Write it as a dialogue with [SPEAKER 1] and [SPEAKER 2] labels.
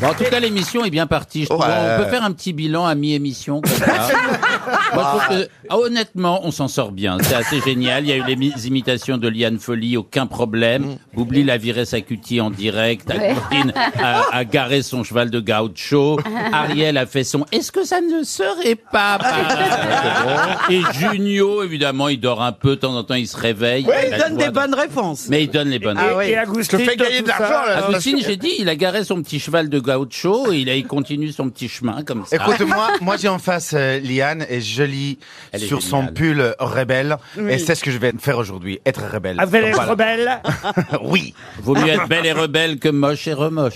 [SPEAKER 1] Bon, en tout cas, l'émission est bien partie. je trouve.
[SPEAKER 2] Ouais.
[SPEAKER 1] On peut faire un petit bilan à mi-émission. comme ça. Moi,
[SPEAKER 3] Bah.
[SPEAKER 1] je trouve que- ah, honnêtement, on s'en sort bien. C'est assez génial. Il y a eu les mi- imitations de Liane Folly, aucun problème.
[SPEAKER 3] Mm.
[SPEAKER 1] Boubli l'a viré sa cutie en direct. Agustine a, a garé son cheval de gaucho. Ariel a fait son « Est-ce que ça ne serait pas ?» Et Junio, évidemment, il dort un peu. De temps en temps, il se réveille.
[SPEAKER 3] Ouais,
[SPEAKER 1] a
[SPEAKER 3] il
[SPEAKER 1] la
[SPEAKER 3] donne
[SPEAKER 1] joie
[SPEAKER 3] des
[SPEAKER 1] de-
[SPEAKER 3] bonnes réponses.
[SPEAKER 1] Mais il donne les bonnes
[SPEAKER 3] Ah oui.
[SPEAKER 4] Et
[SPEAKER 2] Je
[SPEAKER 4] Agustine,
[SPEAKER 2] te fais
[SPEAKER 4] toi,
[SPEAKER 2] gagner
[SPEAKER 4] tout
[SPEAKER 2] de l'argent,
[SPEAKER 4] ça,
[SPEAKER 2] là.
[SPEAKER 4] euh,
[SPEAKER 1] Agustine, Ah, j'ai dit, il a garé son petit cheval de gaucho et il, a- il continue son petit chemin comme ça.
[SPEAKER 2] Écoute, moi, moi j'ai en face euh, Liane et je lis
[SPEAKER 1] Elle est
[SPEAKER 2] sur son
[SPEAKER 1] géniale.
[SPEAKER 2] pull euh, rebelle. Et
[SPEAKER 3] Oui.
[SPEAKER 2] c'est ce que je vais faire aujourd'hui, Ah, être rebelle.
[SPEAKER 4] Avec les
[SPEAKER 2] Voilà.
[SPEAKER 4] rebelles.
[SPEAKER 2] Oui.
[SPEAKER 1] Vaut mieux être belle et rebelle que moche et remoche.